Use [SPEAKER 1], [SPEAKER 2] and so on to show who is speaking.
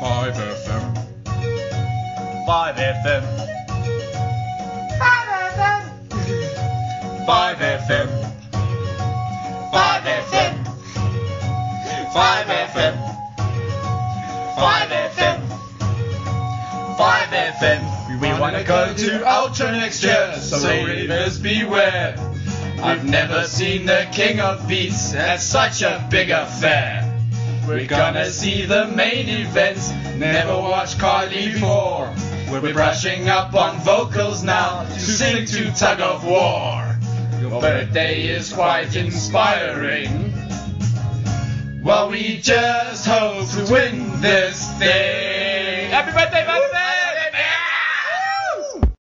[SPEAKER 1] Five FM. Five FM. Five FM. Five FM. Five FM. Five FM. Five FM. We wanna go to Ultra next year, so ravers beware. I've never seen the king of beats at such a big affair. We're gonna see the main events, never watched Carly before. We're brushing up on vocals now to sing to Tug of War. Your birthday is quite inspiring. Well, we just hope to win this thing. Happy birthday, birthday!